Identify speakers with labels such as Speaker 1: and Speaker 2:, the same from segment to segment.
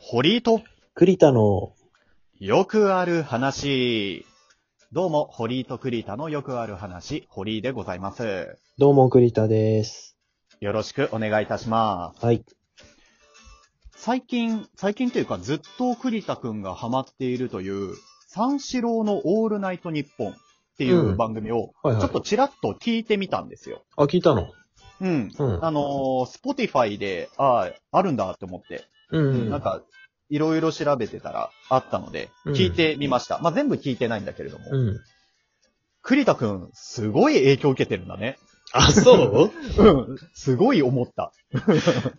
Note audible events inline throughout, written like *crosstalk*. Speaker 1: 堀井と
Speaker 2: 栗田の、
Speaker 1: よくある話。どうも、堀井と栗田のよくある話、堀井でございます。
Speaker 2: どうも栗田です。
Speaker 1: よろしくお願いいたします。
Speaker 2: はい。
Speaker 1: 最近、最近というかずっと栗田くんがハマっているという、三四郎のオールナイトニッポンっていう番組を、
Speaker 2: はい
Speaker 1: ちょっと。ちらっと聞いてみたんですよ。
Speaker 2: あ、聞いたの
Speaker 1: うん。
Speaker 2: うん
Speaker 1: あのー、スポティファイで、ああ、あるんだって思って、
Speaker 2: うん。
Speaker 1: なん、か、いろいろ調べてたらあったので、
Speaker 2: うん
Speaker 1: 聞いてみました。まあ、全部聞いてないんだけれども。
Speaker 2: うん。
Speaker 1: 栗田くん、すごい影響を受けてるんだね。
Speaker 2: あ、そう *laughs*
Speaker 1: うん。すごい思った。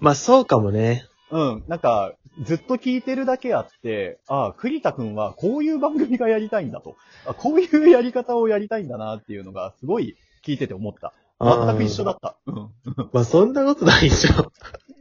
Speaker 2: まあ、そうかもね。
Speaker 1: うん。なんか、ずっと聞いてるだけあって、ああ、栗田くんはこういう番組がやりたいんだと。あこういうやり方をやりたいんだなっていうのが、すごい聞いてて思った。全く一緒だった。うん。
Speaker 2: あー。まあ、そんなことないでしょ。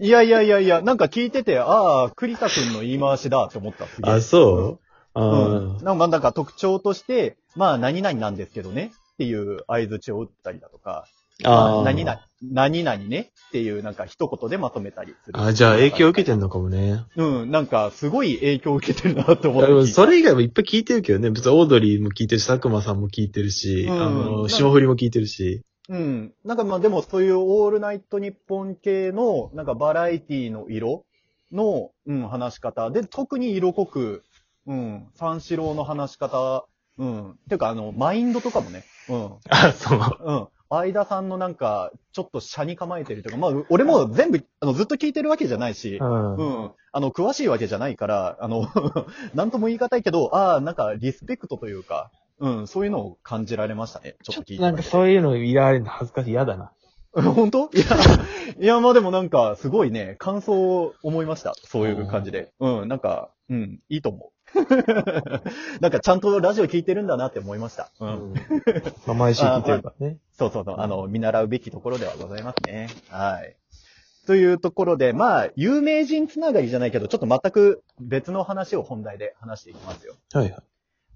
Speaker 1: いやいやいやいや、なんか聞いてて、ああ、栗田くんの言い回しだって思った。すげえ
Speaker 2: あ、そうあ
Speaker 1: うん。なんかなんか特徴として、まあ、何々なんですけどねっていう相槌を打ったりだとか、
Speaker 2: ーあ
Speaker 1: まあ
Speaker 2: ー。
Speaker 1: 何々、何々ねっていうなんか一言でまとめたりする。
Speaker 2: あ、じゃあ影響受けてんのかもね。
Speaker 1: うん、なんかすごい影響を受けてるなと思
Speaker 2: で
Speaker 1: っ
Speaker 2: も
Speaker 1: て。
Speaker 2: それ以外もいっぱい聞いてるけどね。別にオードリーも聞いてるし、佐久間さんも聞いてるし、
Speaker 1: うん
Speaker 2: あの、霜降りも聞いてるし。
Speaker 1: うん。なんかまあでもそういうオールナイト日本系の、なんかバラエティの色の、うん、話し方。で、特に色濃く、うん、三四郎の話し方、うん。ていうかあの、マインドとかもね、うん。
Speaker 2: あ、そう。
Speaker 1: うん。相田さんのなんか、ちょっと車に構えてるとか、まあ、俺も全部、あの、ずっと聞いてるわけじゃないし、う
Speaker 2: うん。
Speaker 1: ん。あの、詳しいわけじゃないから、あの、 *laughs* なんとも言い難いけど、ああ、なんか、リスペクトというか、うん、そういうのを感じられましたね。ちょっと聞いてだけで。
Speaker 2: ういうのいられるの恥ずかしい。嫌だな。
Speaker 1: *laughs* 本当いや、いや、まあでもなんか、すごいね、感想を思いました。そういう感じで。うん、なんか、うん、いいと思う。 *laughs* なんか、ちゃんとラジオ聞いてるんだなって思いました。う。
Speaker 2: うんん。まあ、毎週聞いてるからね。
Speaker 1: そうそうそう、あの、見習うべきところではございますね。はい。というところで、まあ、有名人つながりじゃないけど、ちょっと全く別の話を本題で話していきますよ。
Speaker 2: はいはい。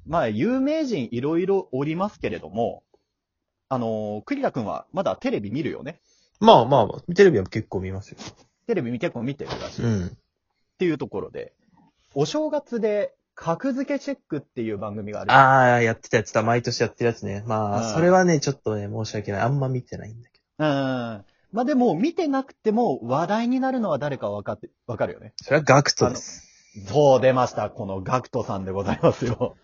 Speaker 1: まあ、有名人いろいろおりますけれども、あの、栗田くんはまだテレビ見るよね。
Speaker 2: まあまあまあ、テレビは結構見ますよ。
Speaker 1: テレビ結構見てるらしい。
Speaker 2: う
Speaker 1: っ
Speaker 2: ん。
Speaker 1: ていうところで、お正月で格付けチェックっていう番組がある。
Speaker 2: ああ、やってたやつだ。毎年やってるやつね。まあ、
Speaker 1: うん
Speaker 2: それはね、ちょっとね、申し訳ない。あんま見てないんだけ
Speaker 1: うん。まあでも、見てなくても話題になるのは誰かわかって、わかるよね。
Speaker 2: ど。それはガクトです。
Speaker 1: そう、出ました。このガクトさんでございますよ。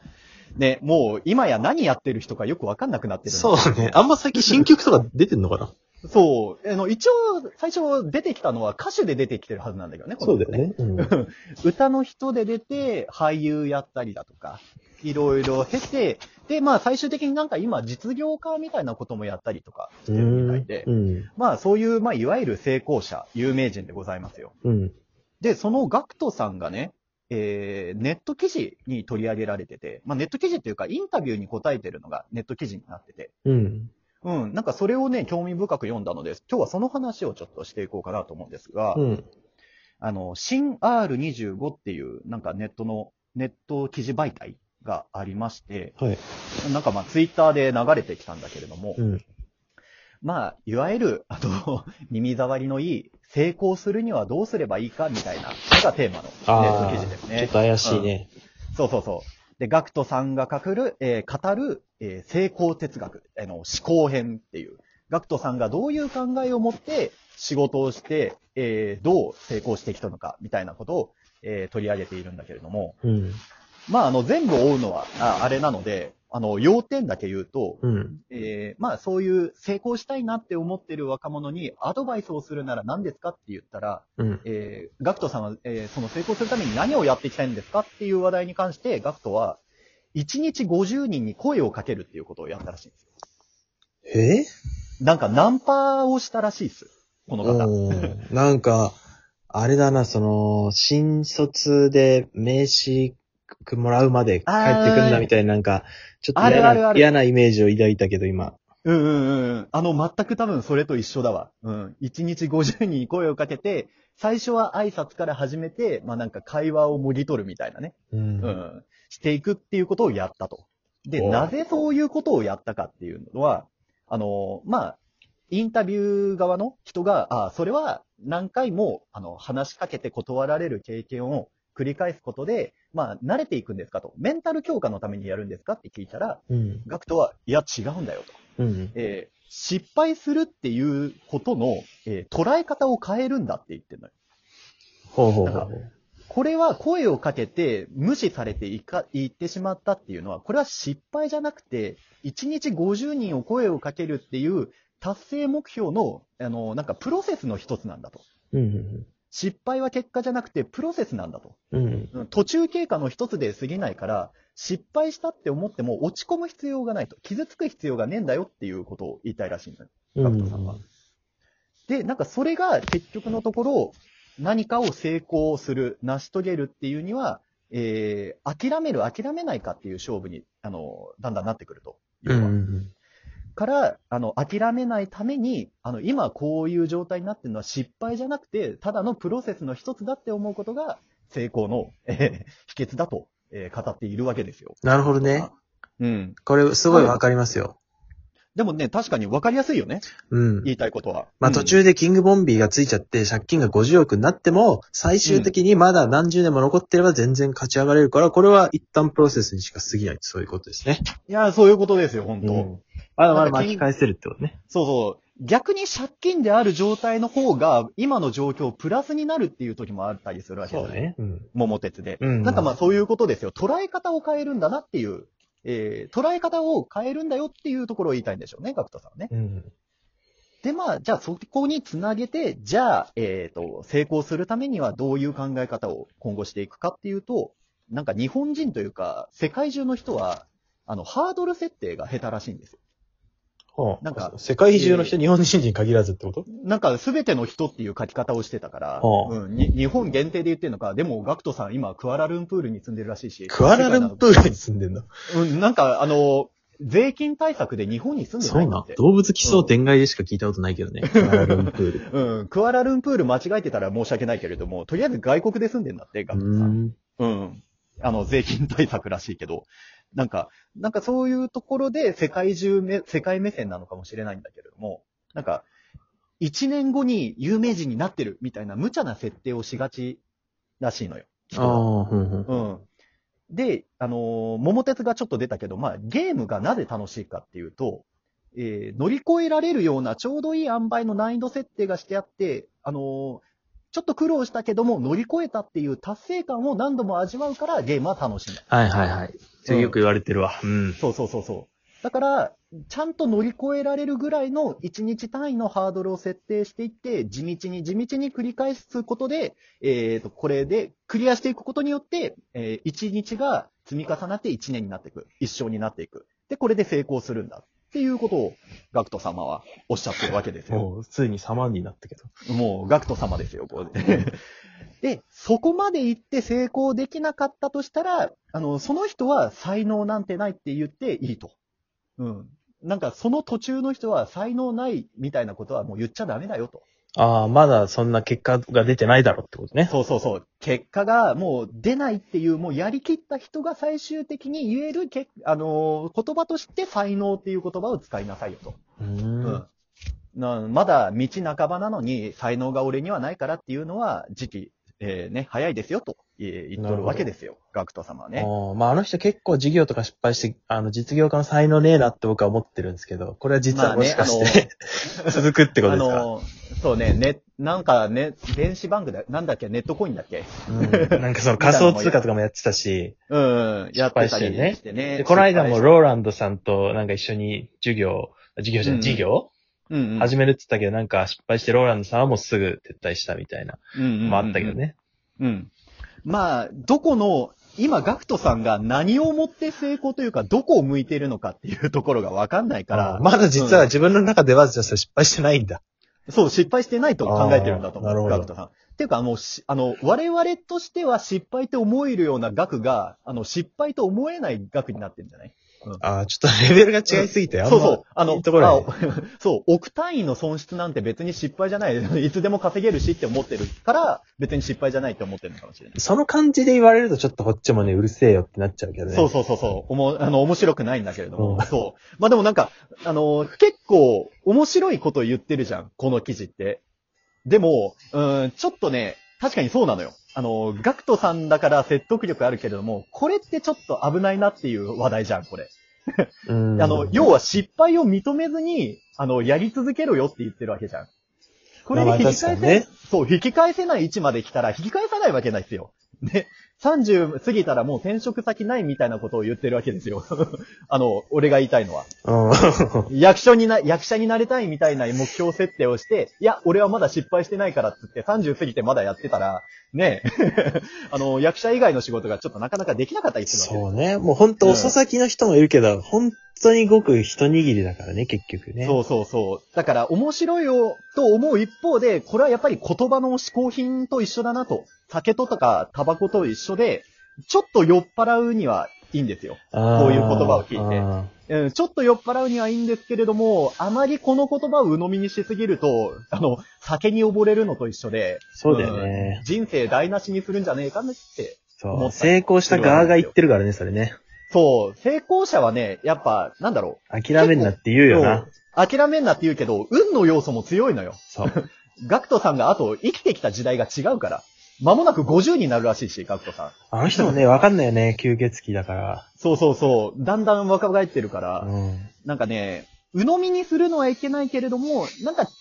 Speaker 1: ね、もう今や何やってる人かよくわかんなくなってるんですけ
Speaker 2: そ
Speaker 1: ど。
Speaker 2: うね。あんま最近新曲とか出てんのか *laughs* な
Speaker 1: そう。あの、一応、最初出てきたのは歌手で出てきてるはずなんだけどね。この人。
Speaker 2: ね。うん。
Speaker 1: 歌の人で出て、俳優やったりだとか、いろいろ経て、で、まあ最終的になんか今実業家みたいなこともやったりとかしてるみたいで、
Speaker 2: うん。
Speaker 1: まあそういう、まあいわゆる成功者、有名人でございますよ。
Speaker 2: うん。
Speaker 1: で、そのガクトさんがね、えー、ネット記事に取り上げられてて、まあ、ネット記事っていうか、インタビューに答えてるのがネット記事になってて、
Speaker 2: うん。
Speaker 1: うん、なんかそれをね、興味深く読んだので、今日はその話をちょっとしていこうかなと思うんですが、
Speaker 2: うん。
Speaker 1: あの、新 R25 っていう、なんかネットの、ネット記事媒体がありまして、
Speaker 2: はい。
Speaker 1: なんかまあ、ツイッターで流れてきたんだけれども、
Speaker 2: うん。
Speaker 1: まあ、いわゆる、あの、 *laughs* 耳障りのいい、成功するにはどうすればいいかみたいなのがテーマのネット記事ですね。
Speaker 2: ちょっと怪しいね。
Speaker 1: そうそうそう。で、ガクトさんが語る、えー語る、えー成功哲学、あの、思考編っていう。ガクトさんがどういう考えを持って仕事をして、えーどう成功してきたのか、みたいなことを、えー取り上げているんだけれども、
Speaker 2: うん。
Speaker 1: まあ、あの、全部追うのは、ああれなので、あの、要点だけ言うと、
Speaker 2: うん。
Speaker 1: えーまあ、そういう成功したいなって思ってる若者にアドバイスをするなら何ですかって言ったら、
Speaker 2: うん。
Speaker 1: えーガクトさんは、えーその成功するために何をやっていきたいんですかっていう話題に関して、ガクトは、1日50人に声をかけるっていうことをやったらしいんですよ。
Speaker 2: え
Speaker 1: なんかナンパをしたらしいです。この方。
Speaker 2: うん。なんか、あれだな、その、新卒で名刺もらうまで帰ってくんなみたいな、なんか、ちょっと嫌
Speaker 1: あるあるあ
Speaker 2: な
Speaker 1: る
Speaker 2: 嫌なイメージを抱いたけど、今。
Speaker 1: うんうんうんうん。あの、全く多分それと一緒だわ。うん。1日50人に声をかけて、最初は挨拶から始めて、まあなんか会話をもぎ取るみたいなね。
Speaker 2: う。
Speaker 1: うんん、していくっていうことをやったと。で、
Speaker 2: おう
Speaker 1: なぜそういうことをやったかっていうのは、あの、まあ、インタビュー側の人が、あそれは何回も、あの、話しかけて断られる経験を繰り返すことで、まあ、慣れていくんですかと。メンタル強化のためにやるんですかって聞いたら、
Speaker 2: うん。
Speaker 1: ガクトは、いや、違うんだよと。
Speaker 2: うん。
Speaker 1: えー失敗するっていうことの、えー捉え方を変えるんだって言ってるのよ。
Speaker 2: ほうほう
Speaker 1: なん
Speaker 2: ほ
Speaker 1: か
Speaker 2: う。
Speaker 1: これは声をかけて無視されていか、いってしまったっていうのは、これは失敗じゃなくて、1日50人を声をかけるっていう達成目標の、あの、なんかプロセスの一つなんだと。
Speaker 2: うん。
Speaker 1: 失敗は結果じゃなくてプロセスなんだと。
Speaker 2: うん。
Speaker 1: うん途中経過の一つで過ぎないから、失敗したって思っても落ち込む必要がないと。傷つく必要がねえんだよっていうことを言いたいらしいんだよ。
Speaker 2: うん。
Speaker 1: 角田さんはで、なんかそれが結局のところ、何かを成功する、成し遂げるっていうには、えー諦める、諦めないかっていう勝負に、あの、だんだんなってくると。
Speaker 2: う
Speaker 1: 要は
Speaker 2: ん。
Speaker 1: から、あの、諦めないために、あの、今こういう状態になってるのは失敗じゃなくて、ただのプロセスの一つだって思うことが、成功の、えー秘訣だと、えー語っているわけですよ。
Speaker 2: なるほどね。
Speaker 1: うん。
Speaker 2: これ、すごいわかりますよ。
Speaker 1: でもね、確かに分かりやすいよね。
Speaker 2: うん。
Speaker 1: 言いたいことは。
Speaker 2: まあ途中でキングボンビーがついちゃって借金が50億になっても、最終的にまだ何十年も残ってれば全然勝ち上がれるから、これは一旦プロセスにしか過ぎない。そういうことですね。
Speaker 1: うんいや、そういうことですよ、本当、
Speaker 2: うんまだまだ
Speaker 1: なんか
Speaker 2: 巻き返せるってことね。
Speaker 1: そうそう。逆に借金である状態の方が、今の状況プラスになるっていう時もあったりするわけですね。
Speaker 2: ね。うん。
Speaker 1: 桃鉄で。
Speaker 2: うん
Speaker 1: なんかまあそういうことですよ。捉え方を変えるんだなっていう、えー、捉え方を変えるんだよっていうところを言いたいんでしょうね、角田さんはね。
Speaker 2: うん。
Speaker 1: でまあ、じゃあそこにつなげて、じゃあ、えっ、と、成功するためにはどういう考え方を今後していくかっていうと、なんか日本人というか、世界中の人は、あの、ハードル設定が下手らしいんですよ
Speaker 2: ほう
Speaker 1: なんか
Speaker 2: 世界
Speaker 1: えー
Speaker 2: 日本人に限らずってこと
Speaker 1: なんか、すべての人っていう書き方をしてたから、
Speaker 2: はあ
Speaker 1: うん、に日本限定で言ってるのか、でも、ガクトさん、今、クアラルンプールに住んでるらしいし、
Speaker 2: クアラルンプールに住んでんだ。
Speaker 1: うん、なんか、あの、税金対策で日本に住んで
Speaker 2: そ
Speaker 1: な
Speaker 2: う
Speaker 1: いんだ
Speaker 2: な
Speaker 1: って。。
Speaker 2: 動物奇想天外でしか聞いたことないけどね。クアラルンプール。
Speaker 1: うん、クアラルンプール間違えてたら申し訳ないけれども、とりあえず外国で住んでんだって、ガ
Speaker 2: う
Speaker 1: クトさん。
Speaker 2: ん。
Speaker 1: うん。あの、税金対策らしいけど、なんか、なんかそういうところで世界中め、世界目線なのかもしれないんだけれども、なんか、1年後に有名人になってるみたいな無茶な設定をしがちらしいのよ。
Speaker 2: ああ、ふんふん。
Speaker 1: うん。で、あのー桃鉄がちょっと出たけど、まあ、ゲームがなぜ楽しいかっていうと、えー乗り越えられるようなちょうどいい塩梅の難易度設定がしてあって、あのーちょっと苦労したけども、乗り越えたっていう達成感を何度も味わうから、ゲームは楽しいんだ。
Speaker 2: はいはいはい。それよく言われてるわ。うん。
Speaker 1: そうそうそうそう。だから、ちゃんと乗り越えられるぐらいの1日単位のハードルを設定していって、地道に地道に繰り返すことで、えっ、と、これでクリアしていくことによって、え1日が積み重なって1年になっていく。一生になっていく。で、これで成功するんだ。っていうことを、ガクト様はおっしゃってるわけですよ。
Speaker 2: もう、ついに様になったけど。
Speaker 1: もう、ガクト様ですよ、こうで。 *laughs* で、そこまで行って成功できなかったとしたら、あの、その人は才能なんてないって言っていいと。うん。なんか、その途中の人は才能ないみたいなことはもう言っちゃダメだよと。
Speaker 2: ああ、まだそんな結果が出てないだろうってことね。
Speaker 1: そうそうそう。結果がもう出ないっていう、もうやりきった人が最終的に言えるけ、あのー言葉として才能っていう言葉を使いなさいよと。
Speaker 2: う
Speaker 1: うんん。なまだ道半ばなのに才能が俺にはないからっていうのは時期、えーね、早いですよとえー言っとるわけですよ。ガクト様はね。
Speaker 2: あーまあ、あの人結構事業とか失敗して、あの、実業家の才能ねえなって僕は思ってるんですけど、これは実はもしかして、 *laughs* 続くってこと
Speaker 1: あ
Speaker 2: です
Speaker 1: の、そうね、ね、なんかね、電子バンクだ、なんだっけ、ネットコインだっけ
Speaker 2: か、うんなんかその仮想通貨とかもやってたし、
Speaker 1: うん、やってたり
Speaker 2: 失敗
Speaker 1: してね。
Speaker 2: でこの間も
Speaker 1: 失敗し
Speaker 2: ローランドさんとなんか一緒に授業、授業じゃ
Speaker 1: う
Speaker 2: ない、
Speaker 1: ん
Speaker 2: 事業、
Speaker 1: うんうん、
Speaker 2: 始めるって言ったけど、なんか失敗してローランドさんはもうすぐ撤退したみたいな、
Speaker 1: うんうんうん
Speaker 2: もあったけど。ね。
Speaker 1: うん。まあ、どこの、今、ガクトさんが何をもって成功というか、どこを向いているのかっていうところがわかんないから
Speaker 2: あー、まだ実は自分の中では、じゃあそれ失敗してないんだ。
Speaker 1: そう、失敗してないと考えてるんだと思う。
Speaker 2: あーなるほど
Speaker 1: ガクトさん。っていうか、あの、しあの、我々としては失敗って思えるような額が、あの、失敗と思えない額になってるんじゃない
Speaker 2: ああ、ちょっとレベルが違いすぎて、あん
Speaker 1: そ
Speaker 2: ま
Speaker 1: うそう。あの、 *laughs*
Speaker 2: いいところ
Speaker 1: あそう、億単位の損失なんて別に失敗じゃない。いつでも稼げるしって思ってるから、別に失敗じゃないって思ってるのかもしれない。
Speaker 2: その感じで言われるとちょっとこっちもね、うるせえよってなっちゃうけどね。
Speaker 1: そうそうそうそう。おも、あの、面白くないんだけれど
Speaker 2: う
Speaker 1: も。
Speaker 2: ん
Speaker 1: そう。まあ、でもなんか、あの、結構、面白いこと言ってるじゃん。この記事って。でも、うん、ちょっとね、確かにそうなのよ。あの、ガクトさんだから説得力あるけれども、これってちょっと危ないなっていう話題じゃん、これ。
Speaker 2: うん
Speaker 1: あの、要は失敗を認めずに、あの、やり続けろよって言ってるわけじゃん。これで
Speaker 2: まあ
Speaker 1: 引き返
Speaker 2: 確
Speaker 1: せ、
Speaker 2: かにね
Speaker 1: そう、引き返せない位置まで来たら、引き返さないわけないですよ。ね。30過ぎたらもう転職先ないみたいなことを言ってるわけですよ。 *laughs* あの、俺が言いたいのは。
Speaker 2: うん。
Speaker 1: 役所にな、役者になりたいみたいな目標設定をして、いや、俺はまだ失敗してないからっつって30過ぎてまだやってたら、ね *laughs* え、あの、役者以外の仕事がちょっとなかなかできなかったりするわ
Speaker 2: そうね。もう本当遅咲きの人もいるけど、本当にごく一握りだからね、結局
Speaker 1: け
Speaker 2: ね。
Speaker 1: そうそうそう。だから、面白いよと思う一方で、これはやっぱり言葉の嗜好品と一緒だなと。酒とかタバコと一緒で、ちょっと酔っ払うにはいいんですよ。
Speaker 2: あー。
Speaker 1: こういう言葉を聞いて
Speaker 2: て。
Speaker 1: うんちょっと酔っ払うにはいいんですけれども、あまりこの言葉を鵜呑みにしすぎると、あの、酒に溺れるのと一緒で、
Speaker 2: そうだよね。
Speaker 1: 人生台無しにするんじゃねえかなって。思
Speaker 2: そ
Speaker 1: っ
Speaker 2: う。
Speaker 1: た
Speaker 2: 成功した側が言ってるからね、それね。
Speaker 1: そう、成功者はね、やっぱ、なんだろ
Speaker 2: 諦めんなって言う
Speaker 1: う。
Speaker 2: よな。
Speaker 1: そう諦めんなって言うけど、運の要素も強いのよ。
Speaker 2: そう。
Speaker 1: ガクトさんがあと生きてきた時代が違うから。間もなく50になるらしいし、ガクトさん。
Speaker 2: あの人もね、わかんないよね、吸血鬼だか
Speaker 1: そうそうそう。だんだん若返ってるから
Speaker 2: ら。。うん。
Speaker 1: なんかね、鵜呑みにするのはいけないけれども、なんか、ち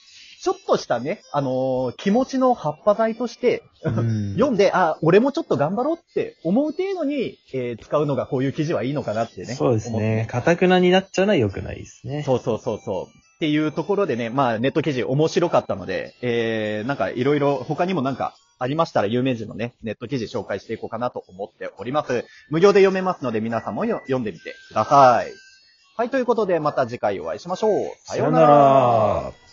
Speaker 1: ょっとしたね、あのー気持ちの葉っぱ剤として、
Speaker 2: うん
Speaker 1: *laughs* 読んで、あ、俺もちょっと頑張ろうって思う程度に、えー使うのがこういう記事はいいのかなってね。
Speaker 2: そうです
Speaker 1: 思って
Speaker 2: ね。。かたくなになっちゃうのは良くないですね。
Speaker 1: そうそうそうそう。っていうところでね、まあネット記事面白かったので、えー、なんかいろいろ他にもなんかありましたら有名人のね、ネット記事紹介していこうかなと思っております。無料で読めますので皆さんもよ読んでみてください。はい、ということでまた次回お会いしましょう。さような
Speaker 2: さよう
Speaker 1: ら
Speaker 2: な。ら